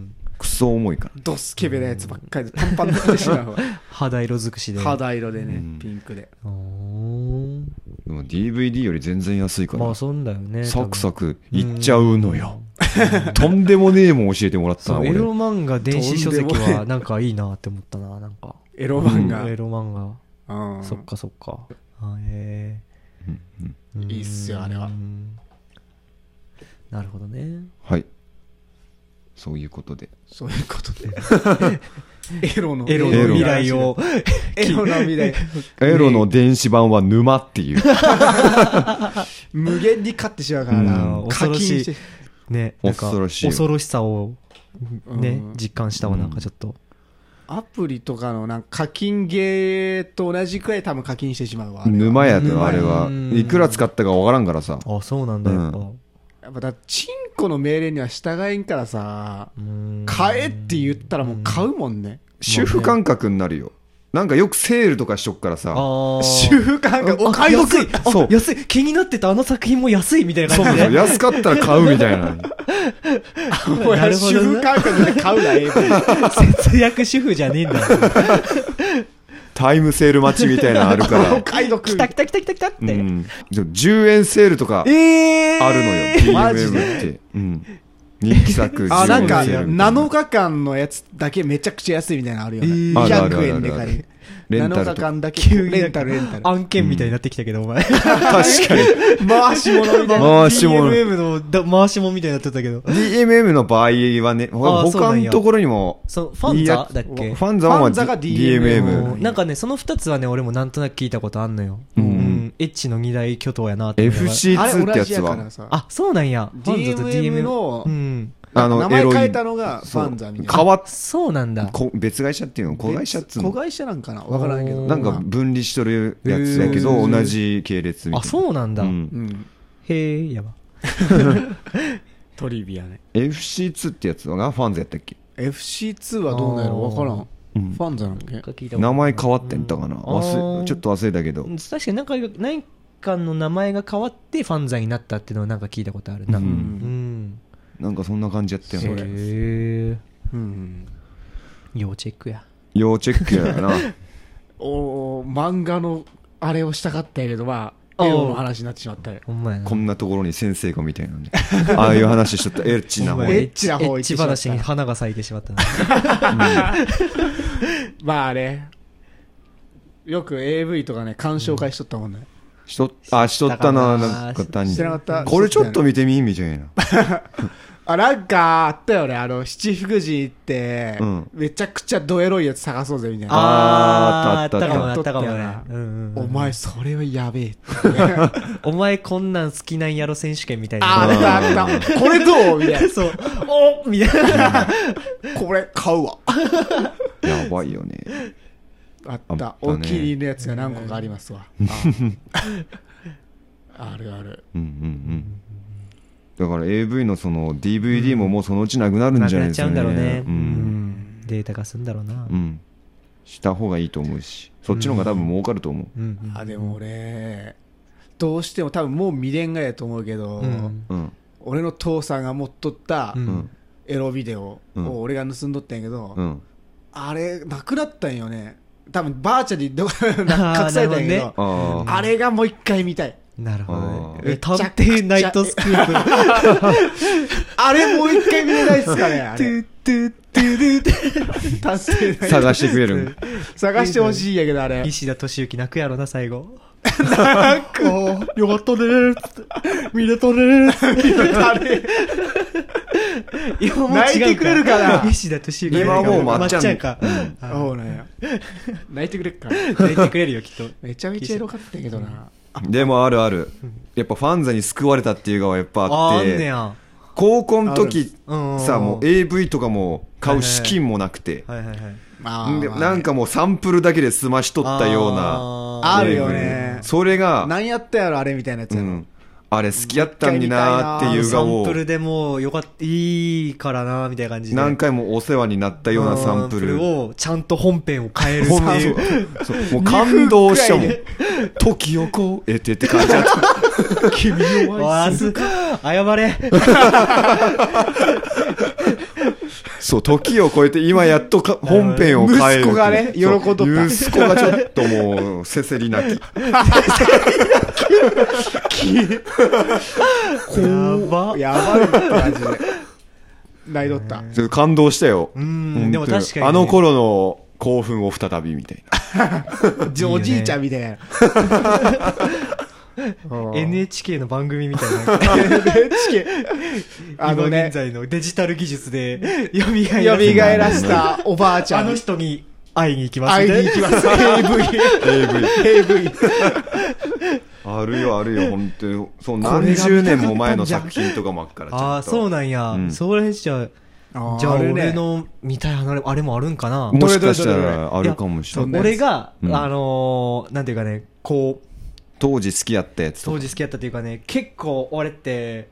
Speaker 1: ん
Speaker 3: クソ重いから。
Speaker 2: ドスケベなやつばっかりでパンパンになってしま うわ
Speaker 1: 肌色尽くしで
Speaker 2: 肌色で
Speaker 3: うん
Speaker 2: ねピンクで
Speaker 1: うーん
Speaker 3: でも DVD より全然安いから。
Speaker 1: まあそうだよね
Speaker 3: サクサク
Speaker 1: 多分
Speaker 3: いっちゃうのよ。とんでもねえもん教えてもらった
Speaker 1: そ
Speaker 3: な、
Speaker 1: うエ
Speaker 3: 俺。
Speaker 1: ロ漫画電子書籍
Speaker 2: とんでもな
Speaker 1: はなんかいいなって思ったななんか
Speaker 2: エロ漫画
Speaker 1: エロ漫画
Speaker 2: うん
Speaker 1: そっかそっかあへえ
Speaker 2: いいっすよあれは
Speaker 1: うんなるほどね
Speaker 3: はい。そういうことで。
Speaker 2: そういうこと でエロの
Speaker 1: エロ
Speaker 3: エロ
Speaker 1: の未来を
Speaker 2: エロの未来
Speaker 3: エロの電子版は沼っていう。
Speaker 2: 無限に勝ってしまうからな、
Speaker 1: うん恐ろしい
Speaker 2: 課金て
Speaker 1: ねなんか
Speaker 3: 恐ろしいよ
Speaker 1: 恐ろしさをね
Speaker 2: うん
Speaker 1: 実感したわなんかちょっと
Speaker 2: アプリとかのなんか課金ゲーと同じくらい多分課金してしまうわあれは
Speaker 3: 沼やと、
Speaker 1: 沼や
Speaker 3: あれは
Speaker 1: う。ん
Speaker 3: いくら使ったかわからんからさ。
Speaker 1: あそうなんだやっぱ
Speaker 3: う
Speaker 2: やっぱだチンコの命令には従えんからさ
Speaker 1: うん
Speaker 2: 買えって言ったらもう買うもんね
Speaker 3: 主婦感覚になるよ。なんかよくセールとかしとくから
Speaker 1: あ
Speaker 3: さ。
Speaker 1: ー
Speaker 2: 主婦感覚お買い得
Speaker 1: 安いあ
Speaker 3: そう
Speaker 1: 安い気になってたあの作品も安いみたいな
Speaker 3: そう
Speaker 1: 感
Speaker 3: そう
Speaker 1: じで
Speaker 3: 安かったら買うみたいな。
Speaker 2: お
Speaker 1: な
Speaker 2: 前
Speaker 1: るほど
Speaker 2: 主
Speaker 1: な
Speaker 2: 婦感覚で買うな AV
Speaker 1: 節約主婦じゃねえん だ
Speaker 3: タイムセール待ちみたいなのある から。
Speaker 2: お買い得
Speaker 1: 来た来た来た来た来たっ
Speaker 3: う
Speaker 1: て、
Speaker 3: ん。でも10円セールとか
Speaker 1: ええー、
Speaker 3: あるのよ。
Speaker 2: マジ
Speaker 3: PMM
Speaker 2: で
Speaker 3: って。うん。人気作
Speaker 2: あ、なんか、
Speaker 3: 15みたい
Speaker 2: 7日間のやつだけめちゃくちゃ安いみたいなのあるよね。
Speaker 3: あるある
Speaker 2: 200
Speaker 3: あるある
Speaker 2: 円で借りる。
Speaker 3: レンタルと
Speaker 2: 7日間だけ、
Speaker 1: 急に
Speaker 2: レンタル、レンタル。
Speaker 1: 案件みたいになってきたけど、お前。
Speaker 3: 確かに。
Speaker 2: 回し物みたいな。
Speaker 3: 回し物
Speaker 1: DMM のだ回しもみたいになってたけど。
Speaker 3: DMM の場合はね、
Speaker 1: あーそうな
Speaker 3: 他
Speaker 1: んや
Speaker 3: のところにも、
Speaker 1: そう、ファンザだっ
Speaker 3: フ
Speaker 1: け
Speaker 3: ァンザは
Speaker 2: ファンザが DMM
Speaker 1: うんなんかね、その二つはね、俺もなんとなく聞いたことあんのよ。
Speaker 3: うん
Speaker 1: うん。エッチの二大巨頭やなって思いながら。
Speaker 2: あれ
Speaker 3: FC2 って
Speaker 2: 同
Speaker 3: や
Speaker 2: じ
Speaker 3: つ
Speaker 2: やから
Speaker 3: は、
Speaker 2: さ。
Speaker 1: あ、そうなんや。ファンザと
Speaker 2: DMM
Speaker 1: DMM
Speaker 2: の
Speaker 1: うん。
Speaker 3: あの、
Speaker 2: 名
Speaker 3: エ
Speaker 2: 前
Speaker 3: ロい。
Speaker 2: 変えたのがファンザみたいな。
Speaker 3: 変わっ
Speaker 1: そうなんだ。
Speaker 3: こ別会社っていうの子会社っつう
Speaker 2: 子
Speaker 3: の
Speaker 2: 会社なんかなわからんけど。
Speaker 3: なんか
Speaker 2: まあ
Speaker 3: 分離しとるやつだけ
Speaker 2: へ
Speaker 3: ど
Speaker 2: ー
Speaker 3: 同じ系列みたいな
Speaker 1: あ、そうなんだ。
Speaker 3: ん
Speaker 2: うん。
Speaker 1: へえ、やば。
Speaker 5: トリビアね
Speaker 3: FC2 ってやつがファンズやったっけ
Speaker 2: FC2 はどうなんやろわからん。ファンザなんだっけ
Speaker 3: 名前変わってんだかな忘
Speaker 1: あー
Speaker 3: れちょっと忘れたけど
Speaker 1: うん確かに何かが何かの名前が変わってファンザになったっていうのはなんか聞いたことあるな
Speaker 3: う
Speaker 1: うんん、
Speaker 3: なんかそんな感じやったよね
Speaker 1: へえ
Speaker 2: うん。
Speaker 1: 要チェックや
Speaker 3: 要チェックやな
Speaker 2: おー漫画のあれをしたかったんやけど、まあ、
Speaker 1: おー
Speaker 2: エロの話になってしまったよ。
Speaker 1: ほんまやな
Speaker 3: こんなところに先生がみたいなねああいう話しとったエッチな
Speaker 1: ほん
Speaker 3: 方
Speaker 1: まや
Speaker 2: エッチな方行ってしまった
Speaker 1: エッチ話に花が咲いてしまったな
Speaker 2: まああれ、よく AV とかね、鑑賞会しとったもんね。
Speaker 3: しとあしとったな
Speaker 1: し
Speaker 3: なんか単に
Speaker 2: してなかった
Speaker 3: これちょっと見てみみたいな
Speaker 2: あ、なんか、あったよね。あの、七福神行って、
Speaker 3: うん
Speaker 2: めちゃくちゃドエロいやつ探そうぜ、みたいな。
Speaker 3: あーあ
Speaker 1: あーあ
Speaker 3: っ
Speaker 1: った
Speaker 3: あった
Speaker 1: たかも
Speaker 2: あ
Speaker 1: あ
Speaker 2: った
Speaker 1: ったかも
Speaker 2: あっ
Speaker 1: ね
Speaker 2: た
Speaker 1: うんうんう
Speaker 2: お
Speaker 1: ん
Speaker 2: 前、それはやべえって。
Speaker 1: お前こんなん好きなんやろ選手権みたい
Speaker 2: あ
Speaker 1: な
Speaker 2: ー、あったあった。これどうみた い
Speaker 1: そうおみたいな
Speaker 2: な。これ、買うわ。
Speaker 3: やばいよね
Speaker 2: あ
Speaker 3: あ
Speaker 2: っ
Speaker 3: ったね
Speaker 2: た。お気に入りのやつが何個かありますわ。ああるある。
Speaker 3: うんうんうんだから AV のその DVD ももうそのうちなくなるんじゃないですかね
Speaker 1: なくなっちゃうんだろうね
Speaker 3: うん
Speaker 1: データ化すんだろうな
Speaker 3: う、ん、した方がいいと思うしそっちの方が多分儲かると思う
Speaker 1: うんうん
Speaker 2: あ、でも俺、どうしても多分もう未練がやと思うけど、
Speaker 1: うん
Speaker 3: うん
Speaker 2: 俺の父さんが持っとった
Speaker 1: うん
Speaker 3: うん
Speaker 2: エロビデオを俺が盗んどったんやけど、
Speaker 3: うん
Speaker 2: あれ、なくなったんよね。多分バーチャルにど隠
Speaker 1: あー
Speaker 2: されたんやけ
Speaker 1: なる
Speaker 2: ど、
Speaker 1: ほ
Speaker 3: あー
Speaker 2: あれがもう一回見たい。
Speaker 1: なるほど
Speaker 3: あ
Speaker 1: ね
Speaker 3: ー
Speaker 1: え探偵ナイトスクープ
Speaker 2: あれもう一回見れないっすかねあ
Speaker 1: ト
Speaker 2: れ。
Speaker 1: ゥトゥトゥトゥト
Speaker 2: 達成ない
Speaker 3: 探してくれるん
Speaker 2: 探してほしいんやけど、あれ
Speaker 1: ゥ。石田敏行泣くやろな、最後。
Speaker 2: よかったねー見れたねー見れたね
Speaker 1: いや、もう違う
Speaker 2: 泣いてくれるかな
Speaker 1: 石田敏行。
Speaker 3: 今はもうま
Speaker 1: ま
Speaker 3: っ
Speaker 1: っ
Speaker 3: ちゃん
Speaker 1: ちゃんか。
Speaker 2: ーそうなんや。泣いてくれっか。
Speaker 1: 泣いてくれるよ、きっと。
Speaker 2: めちゃめちゃエロかったんやけどな。
Speaker 3: でもあるあるやっぱファンザに救われたっていう側はやっ
Speaker 1: あ
Speaker 3: ぱあ
Speaker 1: ー、あ
Speaker 3: っ
Speaker 1: んね
Speaker 3: て
Speaker 1: や。
Speaker 3: 高校の時
Speaker 1: あるうんうんうん
Speaker 3: さもう AV とかも買う資金もなくて
Speaker 1: はいはいはい。
Speaker 2: ま
Speaker 3: でなん、かもうサンプルだけで済ましとったような
Speaker 1: あ
Speaker 2: あるよね
Speaker 3: AV。それが
Speaker 2: 何やったやろ、あれみたいなやつ
Speaker 3: う
Speaker 2: やろ。
Speaker 3: んあれ好きやったんになーってい
Speaker 1: ー
Speaker 3: う
Speaker 1: サ
Speaker 3: 側
Speaker 1: ン
Speaker 3: を
Speaker 1: プルでもうよかった、いいからな、みたいな感じで。
Speaker 3: 何回もお世話になったようなサンプル
Speaker 1: を、ちゃんと本編を変えるって
Speaker 3: ほんま
Speaker 1: い。
Speaker 3: そううそうもう感動したも
Speaker 2: 二
Speaker 3: ん
Speaker 2: 分
Speaker 3: 時をこう得てって感じだった
Speaker 1: わあ、す、謝れ。
Speaker 3: そう、時を超えて、今やっとか本編を変える。
Speaker 2: 息子がね喜んどった
Speaker 3: そう息子がちょっともう、せせり泣き。
Speaker 1: やば。
Speaker 2: やばいって感じで。泣いとった。
Speaker 3: ちょっと感動したよ。
Speaker 1: ん
Speaker 3: 本当
Speaker 1: でも確かにね
Speaker 3: あの頃の興奮を再びみたいな。
Speaker 2: じおじいちゃんみたいな。
Speaker 1: NHK の番組みたいな。
Speaker 2: NHK。あの
Speaker 1: 今
Speaker 2: ね
Speaker 1: 現、在のデジタル技術で、 蘇らせた
Speaker 2: 蘇らしたおばあちゃ
Speaker 1: あ
Speaker 2: ん
Speaker 1: の。人に会いに行きます
Speaker 2: 会
Speaker 1: ん
Speaker 2: い
Speaker 1: で
Speaker 2: に行きます。AV。AV。
Speaker 3: あるよ、あるよ、 本当に。そう、
Speaker 1: が
Speaker 3: 何十年も前の作品とかもあっから、ちょっと。
Speaker 1: ああ、そうなんや。
Speaker 3: うん
Speaker 1: それじゃ、
Speaker 2: あー
Speaker 1: じゃあ
Speaker 2: あるね
Speaker 1: 俺の見たいあれあれもあるんかな。
Speaker 3: もしかした
Speaker 2: どれどれど
Speaker 3: ら、あるかもしれ
Speaker 2: ん
Speaker 3: ない。
Speaker 2: なや
Speaker 1: 俺
Speaker 2: つ
Speaker 1: が、
Speaker 3: うん
Speaker 1: あのーなんていうかね、こう、
Speaker 3: 当時好きやったやつと
Speaker 1: 当
Speaker 3: か。
Speaker 1: 時好きやったというかね、結構俺って、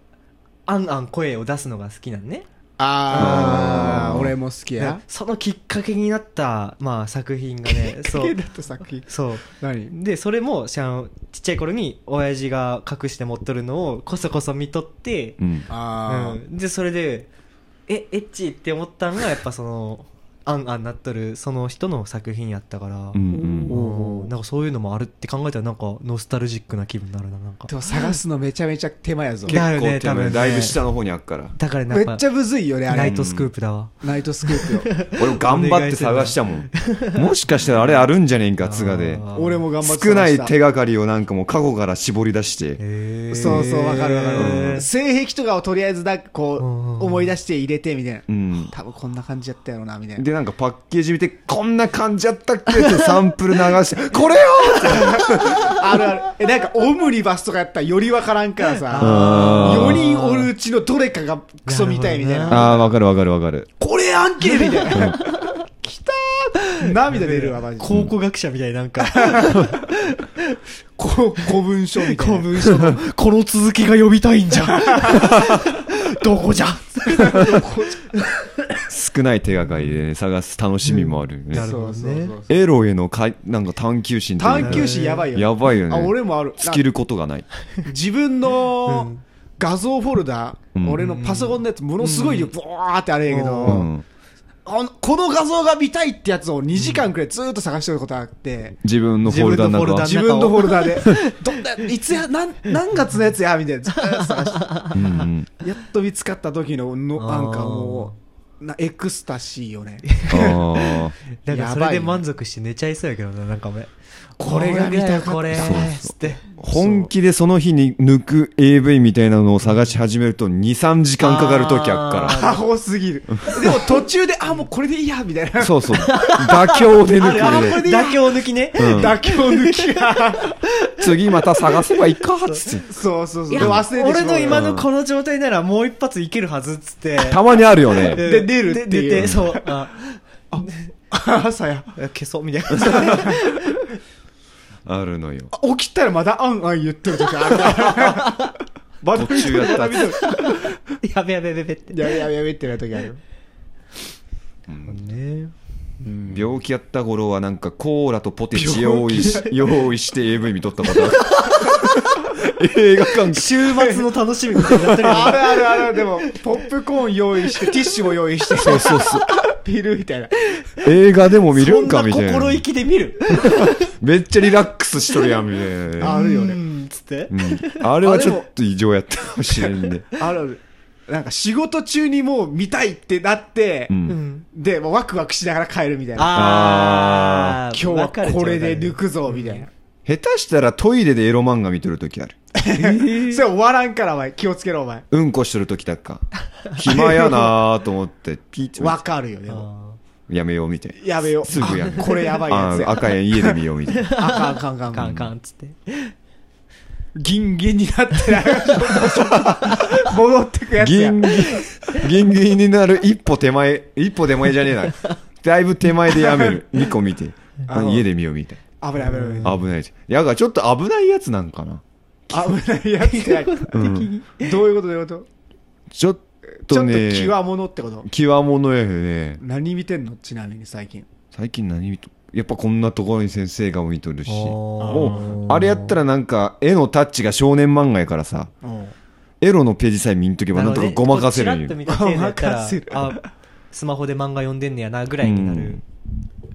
Speaker 1: あんあん声を出すのが好きなんね。
Speaker 2: あー、俺も好きや
Speaker 1: で。そのきっかけになった、まあ作品がね、そ
Speaker 2: え
Speaker 1: う
Speaker 2: だ。ってさっ き。
Speaker 1: そう。
Speaker 2: 何
Speaker 1: で、それも、しゃんちっちゃい頃に、親父が隠して持っとるのを、こそこそ見とって、
Speaker 3: うん。
Speaker 2: あ
Speaker 1: うん、でそれでえエッチって思ったんがやっぱそのあんあんなっとるその人の作品やったから、
Speaker 3: うんう。
Speaker 1: うんんなんかそういうのもあるって考えたらなんかノスタルジックな気分になるななんか
Speaker 2: でも探すのめちゃめちゃ手間やぞ
Speaker 1: けだよね
Speaker 3: 結構手
Speaker 1: 多分
Speaker 3: 前
Speaker 1: ね
Speaker 3: だいぶ下の方にあっから
Speaker 1: だから
Speaker 2: め
Speaker 1: なん
Speaker 2: っ
Speaker 1: か
Speaker 2: ちゃむずいよねあ
Speaker 1: ナ
Speaker 2: れ
Speaker 1: イトスクープだわ
Speaker 2: ナイトスクー プよ
Speaker 3: 俺も頑張って探したもんもしかしたらあれあるんじゃねえんか津賀で
Speaker 1: あー
Speaker 2: 俺も頑張って
Speaker 3: 少な
Speaker 2: 探し
Speaker 3: い
Speaker 2: た
Speaker 3: 手がかりをなんかもう過去から絞り出して
Speaker 1: へー
Speaker 2: そうそうわかるわか
Speaker 1: へ
Speaker 2: る
Speaker 1: ー
Speaker 2: 性癖とかをとりあえずだこう
Speaker 1: うんうんうん
Speaker 2: 思い出して入れてみたいな
Speaker 3: うん
Speaker 2: 多分こんな感じやったよなみたいな
Speaker 3: でなんかパッケージ見てこんな感じやったっけってサンプル流してこれよ
Speaker 2: あるある。え、なんか、オムニバスとかやったらよりわからんからさ
Speaker 3: あ、ー
Speaker 2: 4人おるうちのどれかがクソみたいみたい
Speaker 1: なるほど
Speaker 2: な。
Speaker 3: ああわかるわかるわかる
Speaker 2: これやんけみたいな。きたー涙出るわ、マジで。
Speaker 1: 考古学者みたいなんか
Speaker 2: こ古文書みたいな。
Speaker 1: 古文書のこの続きが呼びたいんじゃ どこじゃ
Speaker 3: 少ない手がかりで、ね、探す楽しみもあるよね、
Speaker 1: なるほど
Speaker 2: そうそう
Speaker 1: ね
Speaker 2: そう
Speaker 3: エロへのかいなんか探求心っていうの
Speaker 2: 探求心やばいよね。
Speaker 3: やばいよね
Speaker 2: あ、俺もある。
Speaker 3: 尽きることがない
Speaker 2: な自分の画像フォルダ、
Speaker 3: うん
Speaker 2: 俺のパソコンのやつ、ものすごい量、ブワーってあれやけ
Speaker 1: う
Speaker 3: う
Speaker 2: ど、
Speaker 3: ん
Speaker 2: あのこの画像が見たいってやつを2時間くらいずーっと探してることあって、
Speaker 3: 自分のフォルダの中
Speaker 2: 自分のフォルダで、どんな、いつや、なん、何月のやつや、みたいなず ーっと探して。
Speaker 3: うんうん
Speaker 2: やっと見つかった時の、の、
Speaker 1: あ
Speaker 2: な
Speaker 1: ー
Speaker 2: んかもう、な、エクスタシーよね。
Speaker 3: あ
Speaker 1: なんかそ
Speaker 2: や
Speaker 1: れ
Speaker 2: ばい
Speaker 1: で
Speaker 2: よ
Speaker 1: 満足して寝ちゃいそうやけどななんかめ
Speaker 2: これが見たかった
Speaker 1: これ
Speaker 3: そう
Speaker 1: つって
Speaker 3: ー本気でその日に抜く AV みたいなのを探し始めると23時間かかる時あっ か
Speaker 2: アホすぎる。でも途中で、あ、もうこれでいいや、みたいな
Speaker 3: ら。そうそう妥協で抜
Speaker 2: あ
Speaker 3: く
Speaker 2: れあ
Speaker 3: で
Speaker 2: れ
Speaker 1: 妥協抜きね
Speaker 3: うん
Speaker 2: 妥協抜きが。
Speaker 3: 次また探せばいいかっつっ て
Speaker 2: そうそうそう。
Speaker 1: い
Speaker 2: で
Speaker 1: や
Speaker 2: 忘れてしまう
Speaker 1: 俺の今のこの状態ならもう一発いけるはずっつって
Speaker 3: たまにあるよね
Speaker 2: で出るっていう
Speaker 1: で出てそうあ
Speaker 2: 朝や。
Speaker 1: 消そうみたい な
Speaker 3: あるのよ
Speaker 2: あ起きたらまだあんあん言ってる時ある。 まだ
Speaker 3: 途中やったっつって
Speaker 1: やべやべやべやべって
Speaker 2: やべやべやべってなる時ある。
Speaker 1: ね
Speaker 3: 病気やった頃はなんかコーラとポテチ用 意し用意して AV 見とったことある 映画館
Speaker 1: 週末の楽しみみたいになってるよね
Speaker 2: あるあるある。でも、ポップコーン用意して、ティッシュも用意して、
Speaker 3: そうそうそう
Speaker 2: ピルみたいな。
Speaker 3: 映画でも見るんか
Speaker 1: そん
Speaker 3: みたいな
Speaker 1: 心意気で見る
Speaker 3: めっちゃリラックスしとるやんみた いな
Speaker 2: あるよね。
Speaker 1: うんつって
Speaker 3: うんあれはちょっと異常やったかもしれんね
Speaker 2: あるある。なんか仕事中にもう見たいってなって、
Speaker 3: うん
Speaker 1: うん
Speaker 2: で、もうワクワクしながら帰るみたいな。
Speaker 1: ああ
Speaker 2: 今日はこれで抜くぞ、みたいな。
Speaker 3: 下手したらトイレでエロ漫画見てる時ある
Speaker 2: それ終わらんから、お前。気をつけろ、お前。
Speaker 3: うんこしてる時だっか 暇やなーと思ってピーチ
Speaker 2: わかるよね。
Speaker 3: やめようみたいな
Speaker 2: やめよう。
Speaker 3: すぐやめよう
Speaker 2: あこれやばいや
Speaker 3: あ
Speaker 2: つや。
Speaker 3: ー赤やん家で見ようみたいな
Speaker 2: あかん、あかん、あかん。
Speaker 1: カンカンつって
Speaker 2: ギンギンになってない。戻ってくやつ
Speaker 3: ギ
Speaker 2: や
Speaker 3: ン。ギン、ギンギンになる一歩手前、一歩手前じゃねえな。だいぶ手前でや める。2個見て。
Speaker 2: あ
Speaker 3: あ
Speaker 2: の
Speaker 3: 家で見ようみたい
Speaker 2: 危ない、危ない、危ない。
Speaker 3: な。危ないじゃん。やがちょっと危ないやつなんかな。
Speaker 2: 危ないやつや。
Speaker 3: うん
Speaker 2: どういうこと、どういうこと
Speaker 3: ちょ
Speaker 2: ちょ
Speaker 3: っと
Speaker 2: っと
Speaker 3: ね、
Speaker 2: 際物ってこと。
Speaker 3: 際物やよね。
Speaker 2: 何見てんのちなみに最近。
Speaker 3: 最近何見とやっぱこんなところに先生が見とるし。
Speaker 1: あー
Speaker 3: もう、あれやったらなんか、絵のタッチが少年漫画やからさ、
Speaker 2: うん
Speaker 3: エロのページさえ見んとけばなんとかごまかせるん
Speaker 1: ん
Speaker 3: よ。
Speaker 1: ごま
Speaker 2: ご
Speaker 1: か
Speaker 2: まか
Speaker 1: せ
Speaker 2: せ
Speaker 1: る
Speaker 2: る
Speaker 1: あスマホで漫画読んでんねやなぐらいになる
Speaker 3: うん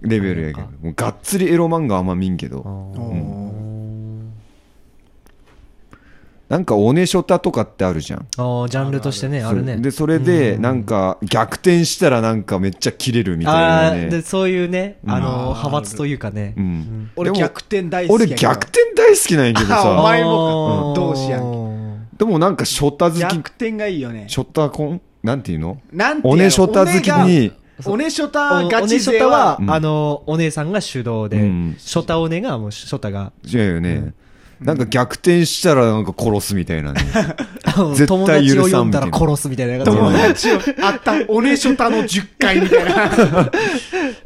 Speaker 3: レベルやけど。もうがっつりエロ漫画はあんま見んけど。なんか、オネショタとかってあるじゃん。
Speaker 1: あージャンルとしてねあるね
Speaker 3: で、それで、なんか、逆転したらなんかめっちゃ切れるみた
Speaker 1: あ
Speaker 3: い
Speaker 1: ー
Speaker 3: な
Speaker 1: で
Speaker 3: ね。
Speaker 1: そういうねあの
Speaker 2: うん
Speaker 1: 派閥というかね
Speaker 3: うん。
Speaker 2: 俺
Speaker 3: でも
Speaker 2: 逆転大好き
Speaker 3: 俺
Speaker 2: やけど。
Speaker 3: 逆転大好きなんやけど
Speaker 2: あお
Speaker 3: さ。
Speaker 2: 前
Speaker 1: あー
Speaker 2: もか同志やん
Speaker 3: でもなんか、ショタ好
Speaker 2: 逆
Speaker 3: き、
Speaker 2: 転がいいよね。
Speaker 3: ショタコンなんていうの
Speaker 2: なんていう
Speaker 3: オ
Speaker 2: の
Speaker 3: ネショタ好きに、、
Speaker 2: オネショ
Speaker 1: お
Speaker 2: タ
Speaker 1: お
Speaker 2: ガ
Speaker 1: ね
Speaker 2: チ
Speaker 1: ショ
Speaker 2: 勢
Speaker 1: タ
Speaker 2: は
Speaker 1: は、、
Speaker 3: うん
Speaker 1: あの、お姉さんが主導で、
Speaker 3: うん
Speaker 1: ショタお姉が、もう、ショタが、
Speaker 3: 違うよね。なんか逆転したらなんか殺すみた いなね。絶対
Speaker 1: 友達を
Speaker 3: 許さ
Speaker 1: 呼ん
Speaker 3: んみた
Speaker 1: だ
Speaker 3: いな
Speaker 1: ら殺すみたいな感じ
Speaker 2: 友
Speaker 3: 友
Speaker 1: で。
Speaker 2: 達を、 あった、オネショタの10回みたい な。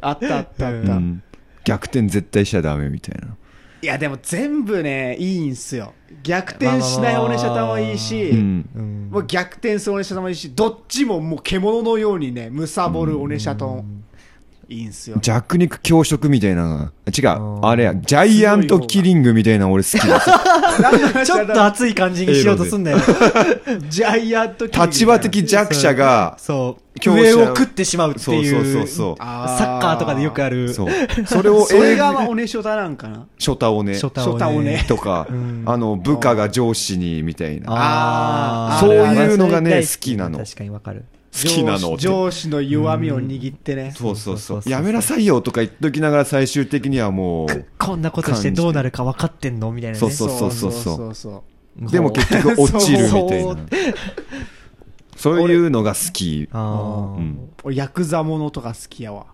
Speaker 2: あったあったあっ
Speaker 3: う
Speaker 2: た。い
Speaker 3: ん逆転絶対しちゃダメみたいな。
Speaker 2: や、でも全部ね、いいんすよ。逆転しない
Speaker 1: まあまあまあ
Speaker 2: オネショタもいいし
Speaker 3: う、ん。
Speaker 1: うん
Speaker 2: もう逆転するオネシャタもいいし、どっちももう獣のようにね、貪るオネシャタも。いいんすよね
Speaker 3: ジャック肉強食みたいな。違う。
Speaker 1: ー
Speaker 3: あれや、ジャイアントキリングみたいなの俺好きだ。
Speaker 1: ちょっと熱い感じにしようとすんだよ。
Speaker 2: ジャイアントキリングみたいな
Speaker 3: 立場的弱者が、
Speaker 1: そう。
Speaker 3: 強者
Speaker 1: 上を食ってしまうって
Speaker 3: そう
Speaker 1: い
Speaker 3: そう
Speaker 1: う。
Speaker 3: そうそう。
Speaker 2: あ
Speaker 1: サッカーとかでよくある。
Speaker 3: そう。それを
Speaker 2: それ
Speaker 3: 映
Speaker 2: が
Speaker 3: 画、
Speaker 2: おねしょだなんかな
Speaker 3: ショタをね、
Speaker 1: ショタ
Speaker 2: ショタをね
Speaker 3: とか、あの、部下が上司に、みたいな。
Speaker 1: あー
Speaker 3: そういうのが
Speaker 1: あ
Speaker 3: ね
Speaker 1: れあれ
Speaker 3: 好きなの
Speaker 1: 確かにわかる。
Speaker 3: 好きなのって。
Speaker 2: 上司の弱みを握ってね
Speaker 3: そう
Speaker 1: そそう
Speaker 3: そうそうう
Speaker 1: そう。そう
Speaker 3: やめなさいよとか言っときながら最終的にはもう、
Speaker 1: こんなことしてどうなるか分かってんのみたいなね。
Speaker 3: そうそうそうそう
Speaker 2: そうそう
Speaker 3: でも結局落ちるみたい
Speaker 1: そう
Speaker 3: な。 そういうのが好き。
Speaker 1: ああ、
Speaker 3: うん
Speaker 2: 俺ヤクザものとか好きやわ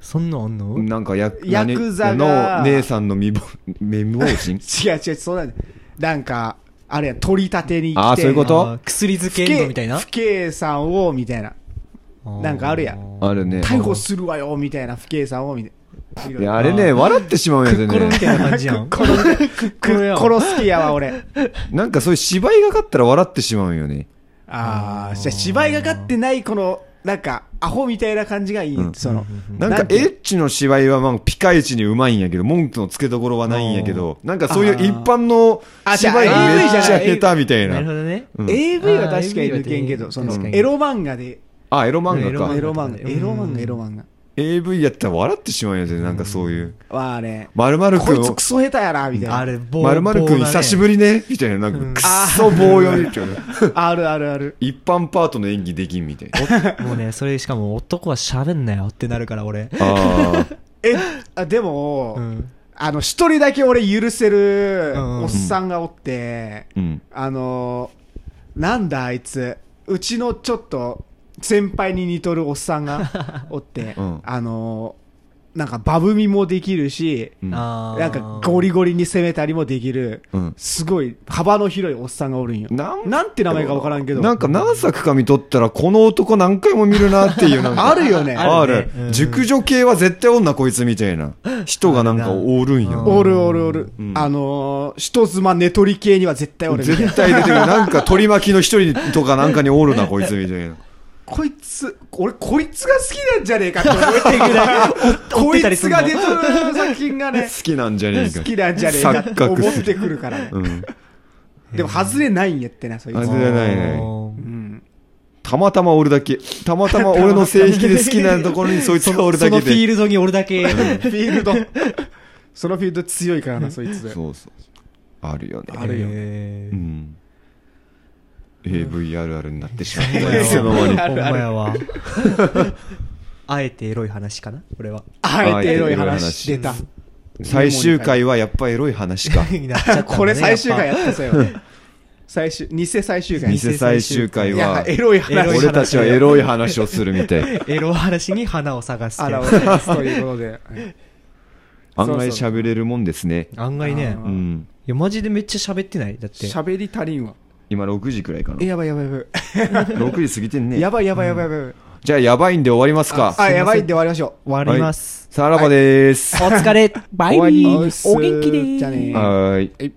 Speaker 1: そんなんあんの、
Speaker 3: なんかや、
Speaker 2: ヤクザが
Speaker 3: 何の姉さんの 未亡、未亡人
Speaker 2: 違う違うそうなんだなんかあれや取り立てに来て
Speaker 3: あーそういうこ
Speaker 1: あ
Speaker 3: と
Speaker 1: ー薬漬けんのみたいな
Speaker 2: 不敬さんをみたいななんかあるやん
Speaker 1: あ
Speaker 3: あるね。
Speaker 2: 逮捕するわよみたいな不敬さんをみたい
Speaker 3: いや、
Speaker 2: な
Speaker 3: あれね、笑ってしまうんやつ
Speaker 1: ークッコロみ
Speaker 3: ね。
Speaker 1: たいな感じやん。
Speaker 2: このくく殺す気やわ俺
Speaker 3: なんかそういう芝居がかったら笑ってしまうんよね。
Speaker 2: ああじゃあ芝居がかってないこのなんかアホみたいな感じがいい、
Speaker 3: うん
Speaker 2: その
Speaker 3: なんか
Speaker 2: て
Speaker 3: エッチの芝居はまあピカイチにうまいんやけど、文句の付けどころはないんやけど、なんかそういう一般の
Speaker 2: あー
Speaker 3: 芝居
Speaker 2: あ
Speaker 3: めっちゃ
Speaker 2: AV
Speaker 3: 下手みたい
Speaker 1: なるほ
Speaker 3: な。
Speaker 1: どね。
Speaker 3: うん
Speaker 2: AV は
Speaker 1: あー
Speaker 2: 確かに抜けんけ
Speaker 1: AV は
Speaker 2: ど
Speaker 1: ね
Speaker 2: その
Speaker 1: 確かに
Speaker 2: エロ漫画で
Speaker 3: あ、エロ漫
Speaker 1: エロ
Speaker 3: 画
Speaker 1: 漫
Speaker 2: エ
Speaker 3: か。
Speaker 2: ロ漫画
Speaker 1: うん
Speaker 2: エロ漫画エロ漫
Speaker 3: AV やったら笑ってしまうんやつね、なんかそういう。
Speaker 2: 画はあれ
Speaker 3: まるまる
Speaker 2: こ
Speaker 3: く
Speaker 2: い
Speaker 3: ん
Speaker 2: つクソ下手やなみたい
Speaker 1: あ
Speaker 2: な
Speaker 1: れ、棒
Speaker 3: まるまるくん久しぶ
Speaker 1: り。
Speaker 3: りね、みたいな、なんかくっそ棒読みっていうか
Speaker 2: あるあるある
Speaker 3: 一般パートの演技できんみたいな。
Speaker 1: もうね、それしかも男は喋んなよってなるから俺。
Speaker 3: あ
Speaker 2: えあでも、
Speaker 1: うん。
Speaker 2: あの一人だけ俺許せる
Speaker 1: うんうん
Speaker 2: おっさんがおって、
Speaker 3: ーうん。
Speaker 2: あのーなんだあいつうちのちょっと先輩に似とるおっさんがおって、
Speaker 3: うん
Speaker 2: あのーなんかバブみもできるし、
Speaker 3: うん
Speaker 1: あー
Speaker 2: なんかゴリゴリに攻めたりもできる、
Speaker 3: うん
Speaker 2: すごい幅の広いおっさんがおるんよ。
Speaker 3: なん
Speaker 2: なんて名前かわからんけど。
Speaker 3: なんか何作か見とったら、この男何回も見るなっていうなん か。
Speaker 2: あるよね。
Speaker 3: あ
Speaker 1: るね
Speaker 3: る
Speaker 1: うん。
Speaker 3: 熟女系は絶対女こいつみたいな人がなんかおるん
Speaker 1: あるな
Speaker 3: よ。
Speaker 2: おるおるおる。
Speaker 3: うん
Speaker 2: あのー人妻寝取り系には絶対おるみたいな
Speaker 3: 絶対出てくる。なんか取り巻きの一人とかなんかにおるなこいつみ たいな。
Speaker 2: こいつ、俺こいつが好きなんじゃねえかって思ってぐらい、
Speaker 1: 追っ
Speaker 2: こ
Speaker 1: てたり
Speaker 2: い
Speaker 1: す
Speaker 2: つ
Speaker 1: んの
Speaker 2: が出てる作品がね
Speaker 3: 好、きなんじゃねえか。
Speaker 2: 好きなんじゃねえかって
Speaker 3: 錯覚
Speaker 2: 思っ
Speaker 3: す
Speaker 2: て
Speaker 3: る。
Speaker 2: くるからね。
Speaker 3: うん。
Speaker 2: でも外れないんやってな、そいつ。
Speaker 3: 外れないね
Speaker 2: うん
Speaker 3: たまたま俺だけ。たまた ま俺の性癖で好きなところにそいつが俺
Speaker 1: そ
Speaker 3: だ
Speaker 1: の
Speaker 3: け
Speaker 1: フィー
Speaker 3: で。
Speaker 1: ルドに俺だけ。
Speaker 2: フィールド、そのフィールド強いからな、そいつ。
Speaker 3: そうそう。あるよね。
Speaker 2: あるよ
Speaker 1: へ
Speaker 3: う
Speaker 1: ー
Speaker 3: ん。AV あるあるになってしまっ
Speaker 1: ほんま
Speaker 3: た
Speaker 1: やわ
Speaker 3: よ。その間に。
Speaker 1: ほんまやわ。あえてエロい話かな俺は。
Speaker 2: あえてエロい
Speaker 3: あえてエロい
Speaker 2: 話
Speaker 3: 話
Speaker 2: 出た。
Speaker 3: 最終回はやっぱエロい話
Speaker 1: な
Speaker 3: か。
Speaker 1: っちゃったんだね
Speaker 2: これ最終回や
Speaker 1: っ
Speaker 2: ったそよ。最終、偽最終回。
Speaker 3: 偽最終回
Speaker 2: いや
Speaker 3: は、
Speaker 2: エロい
Speaker 1: エロい話
Speaker 2: 話
Speaker 3: 俺たちはエロい話をするみたい。
Speaker 1: ぱエロ話に花を探す
Speaker 2: あ
Speaker 1: けど
Speaker 2: ら、俺ということで。
Speaker 3: 案外喋れるもんですね。
Speaker 1: 案外ね
Speaker 2: あ
Speaker 3: う
Speaker 2: ー
Speaker 3: ん。
Speaker 1: いやマジでめっちゃ喋ってないだって
Speaker 2: 喋り足りんわ。
Speaker 3: 今6時くらいかな
Speaker 2: え。やばいやばいやばい。
Speaker 3: 6時過ぎてんね
Speaker 2: や。ばいやばいやばいやばい。
Speaker 3: じゃあやばいんで終わりますか。
Speaker 2: あ、やばいんで終わりましょう。
Speaker 1: 終わります
Speaker 3: さらばでーす。
Speaker 1: お疲れ
Speaker 4: バイビーお元気でー
Speaker 2: じゃあね
Speaker 3: はーい。